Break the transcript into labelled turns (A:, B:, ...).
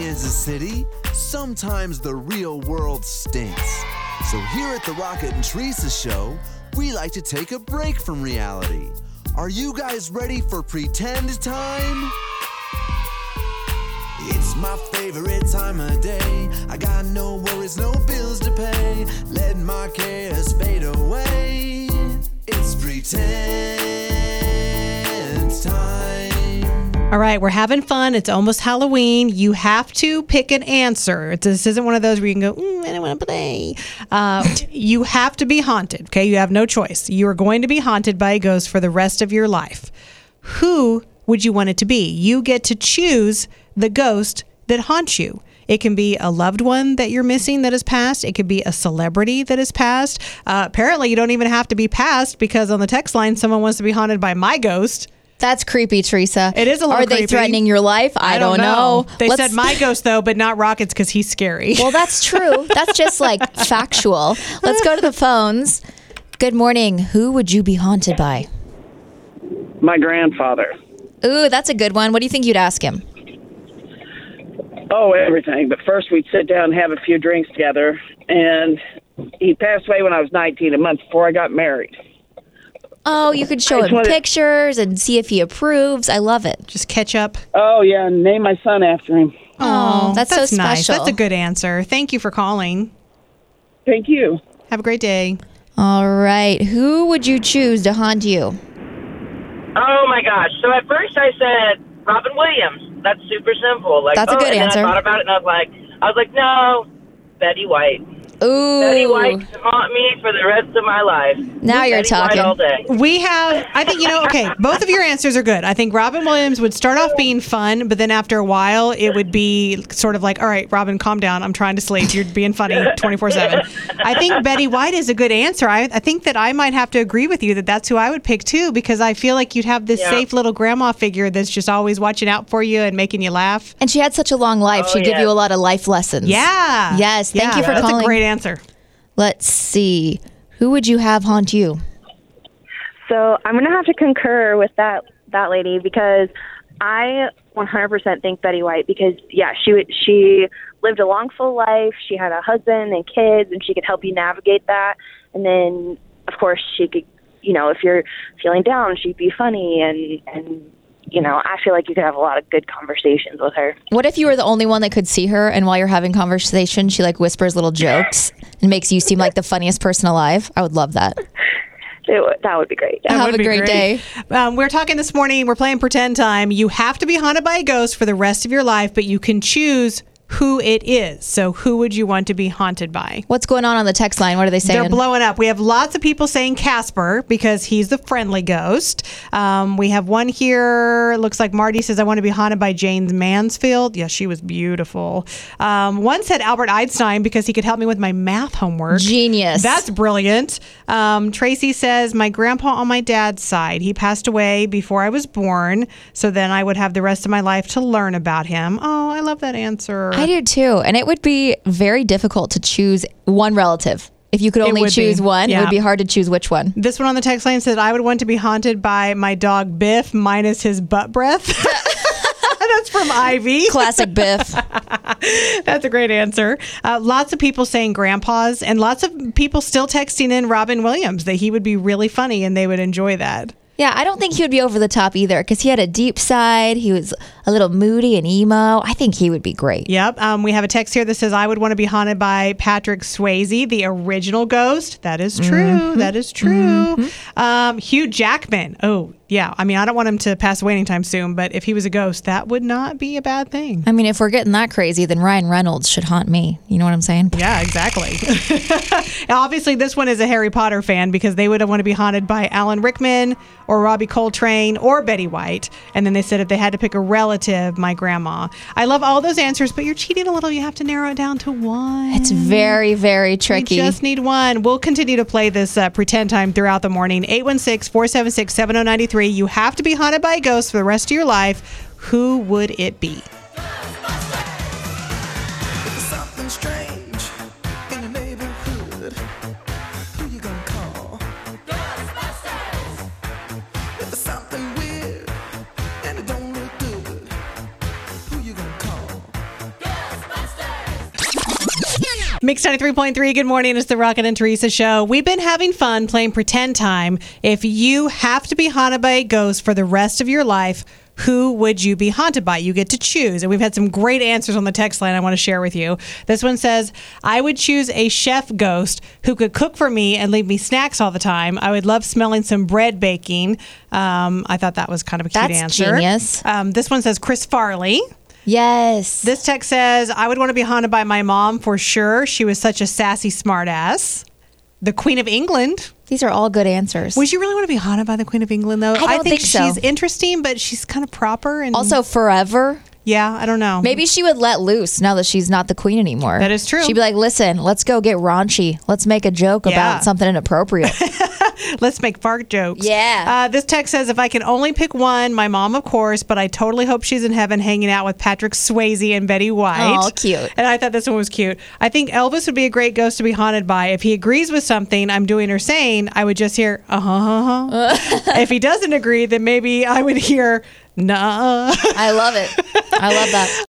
A: City, sometimes the real world stinks. So here at the Rocket and Teresa show, we like to take a break from reality. Are you guys ready for pretend time? It's my favorite time of day. I got no worries, no bills to pay. Let my cares fade away. It's pretend time.
B: All right, we're having fun. It's almost Halloween. You have to pick an answer. It's, this isn't one of those where you can go, mm, I don't want to play. Uh, you have to be haunted, okay? You have no choice. You are going to be haunted by a ghost for the rest of your life. Who would you want it to be? You get to choose the ghost that haunts you. It can be a loved one that you're missing that is passed. It could be a celebrity that is passed. Uh, apparently, you don't even have to be passed because on the text line, someone wants to be haunted by my ghost.
C: That's creepy, Teresa.
B: It is a little
C: Are they
B: creepy.
C: threatening your life? I, don't, know.
B: They
C: Let's-
B: said my ghost though, but not Rockets because he's scary.
C: Well, that's true. That's just like factual. Let's go to the phones. Good morning. Who would you be haunted by?
D: My grandfather.
C: Ooh, that's a good one. What do you think you'd ask him?
D: Oh, everything. But first, we'd sit down and have a few drinks together. And he passed away when I was 19, a month before I got married.
C: Oh, you could show
D: I just
C: him
D: wanted-
C: pictures and see if he approves. I love it.
B: Just catch up.
D: Oh, yeah, and name my son after him.
C: Oh, that's, so special.
B: nice. That's a good answer. Thank you for calling.
D: Thank you.
B: Have a great day.
C: All right. Who would you choose to haunt you?
E: Oh my gosh! So at first I said Robin Williams. That's super simple. Like
C: That's a
E: oh,
C: good
E: and
C: answer.
E: Then I thought about it and I was like, I was like, no, Betty White.
C: Ooh.
E: Betty White to haunt me for the rest of my life.
C: Now you're
E: Betty
C: talking.
E: White all day.
B: We have, I think, you know, okay, both of your answers are good. I think Robin Williams would start off being fun, but then after a while, it would be sort of like, all right, Robin, calm down. I'm trying to sleep. You're being funny 24 7. I think Betty White is a good answer. I, I think that I might have to agree with you that that's who I would pick too, because I feel like you'd have this
E: Yeah.
B: safe little grandma figure that's just always watching out for you and making you laugh.
C: And she had such a long life. She'd give
E: yeah.
C: you a lot of life lessons.
B: Yeah.
C: Yes, thank
B: Yeah,
C: you for
B: that's
C: calling.
B: a great answer.
C: Let's see. Who would you have haunt you?
F: So I'm going to have to concur with that that lady because I 100% think Betty White because yeah, she would she lived a long full life. She had a husband and kids, and she could help you navigate that. And then of course she could, you know, if you're feeling down, she'd be funny and and you know I feel like you could have a lot of good conversations with her.
C: What if you were the only one that could see her and while you're having conversation, she like whispers little jokes and makes you seem like the funniest person alive? I would love that.
F: It, w- that would be great.
C: Have
B: would
C: a
B: be
C: great, day.
B: Um, we're talking this morning. We're playing pretend time. You have to be haunted by a ghost for the rest of your life, but you can choose who it is. So, who would you want to be haunted by?
C: What's going on on the text line? What are they saying?
B: They're blowing up. We have lots of people saying Casper because he's the friendly ghost. Um, we have one here. Looks like Marty says, I want to be haunted by Jane Mansfield. Yes, she was beautiful. Um, one said Albert Einstein because he could help me with my math homework.
C: Genius.
B: That's brilliant. Um, Tracy says, My grandpa on my dad's side, he passed away before I was born. So then I would have the rest of my life to learn about him. Oh, I love that answer.
C: I do too. And it would be very difficult to choose one relative. If you could only
B: would be.
C: choose one, it
B: Yeah.
C: would be hard to choose which one.
B: This one on the text line said, I would want to be haunted by my dog Biff minus his butt breath. That's from Ivy.
C: Classic Biff.
B: That's a great answer. Uh, lots of people saying grandpas, and lots of people still texting in Robin Williams that he would be really funny and they would enjoy that.
C: Yeah, I don't think he would be over the top either because he had a deep side. He was a little moody and emo. I think he would be great.
B: Yep. Um, we have a text here that says, I would want to be haunted by Patrick Swayze, the original ghost. That is true. That is true. Um, Hugh Jackman. Oh, yeah. I mean, I don't want him to pass away anytime soon, but if he was a ghost, that would not be a bad thing.
C: I mean, if we're getting that crazy, then Ryan Reynolds should haunt me. You know what I'm saying?
B: Yeah, exactly. Now, Obviously, this one is a Harry Potter fan because they would want to be haunted by Alan Rickman or Robbie Coltrane or Betty White. And then they said if they had to pick a relative, my grandma. I love all those answers, but you're cheating a little. You have to narrow it down to one.
C: It's very, very
B: We
C: tricky.
B: just need one. We'll continue to play this uh, pretend time throughout the morning. 816 476 7093. You have to be haunted by a ghost for the rest of your life. Who would it be?
G: something strange in your neighborhood. Who you gonna call? Ghostbusters! If there's something weird and it don't look good, who you gonna call? Ghostbusters!
B: Mix 93.3, good morning. It's the Rocket and Teresa show. We've been having fun playing pretend time. If you have to be haunted by a ghost for the rest of your life, who would you be haunted by? You get to choose. And we've had some great answers on the text line I want to share with you. This one says, I would choose a chef ghost who could cook for me and leave me snacks all the time. I would love smelling some bread baking. Um, I thought that was kind of a cute
C: That's
B: answer.
C: genius.
B: Um, this one says, Chris Farley.
C: Yes.
B: This text says, I would want to be haunted by my mom for sure. She was such a sassy smartass. The Queen of England.
C: These are all good answers.
B: Would you really want to be haunted by the Queen of England, though? I,
C: don't think so.
B: she's interesting, but she's kind of proper. And
C: also, forever.
B: yeah, I don't know.
C: Maybe she would let loose now that she's not the queen anymore.
B: That is true.
C: She'd be like, listen, let's go get raunchy. Let's make a joke
B: Yeah.
C: about something inappropriate.
B: Let's make fart jokes.
C: Yeah.
B: Uh, this text says, if I can only pick one, my mom, of course, but I totally hope she's in heaven hanging out with Patrick Swayze and Betty White.
C: Aw, cute.
B: And I thought this one was cute. I think Elvis would be a great ghost to be haunted by. If he agrees with something I'm doing or saying, I would just hear, uh huh, uh huh. if he doesn't agree, then maybe I would hear, nah.
C: I love it. I love that.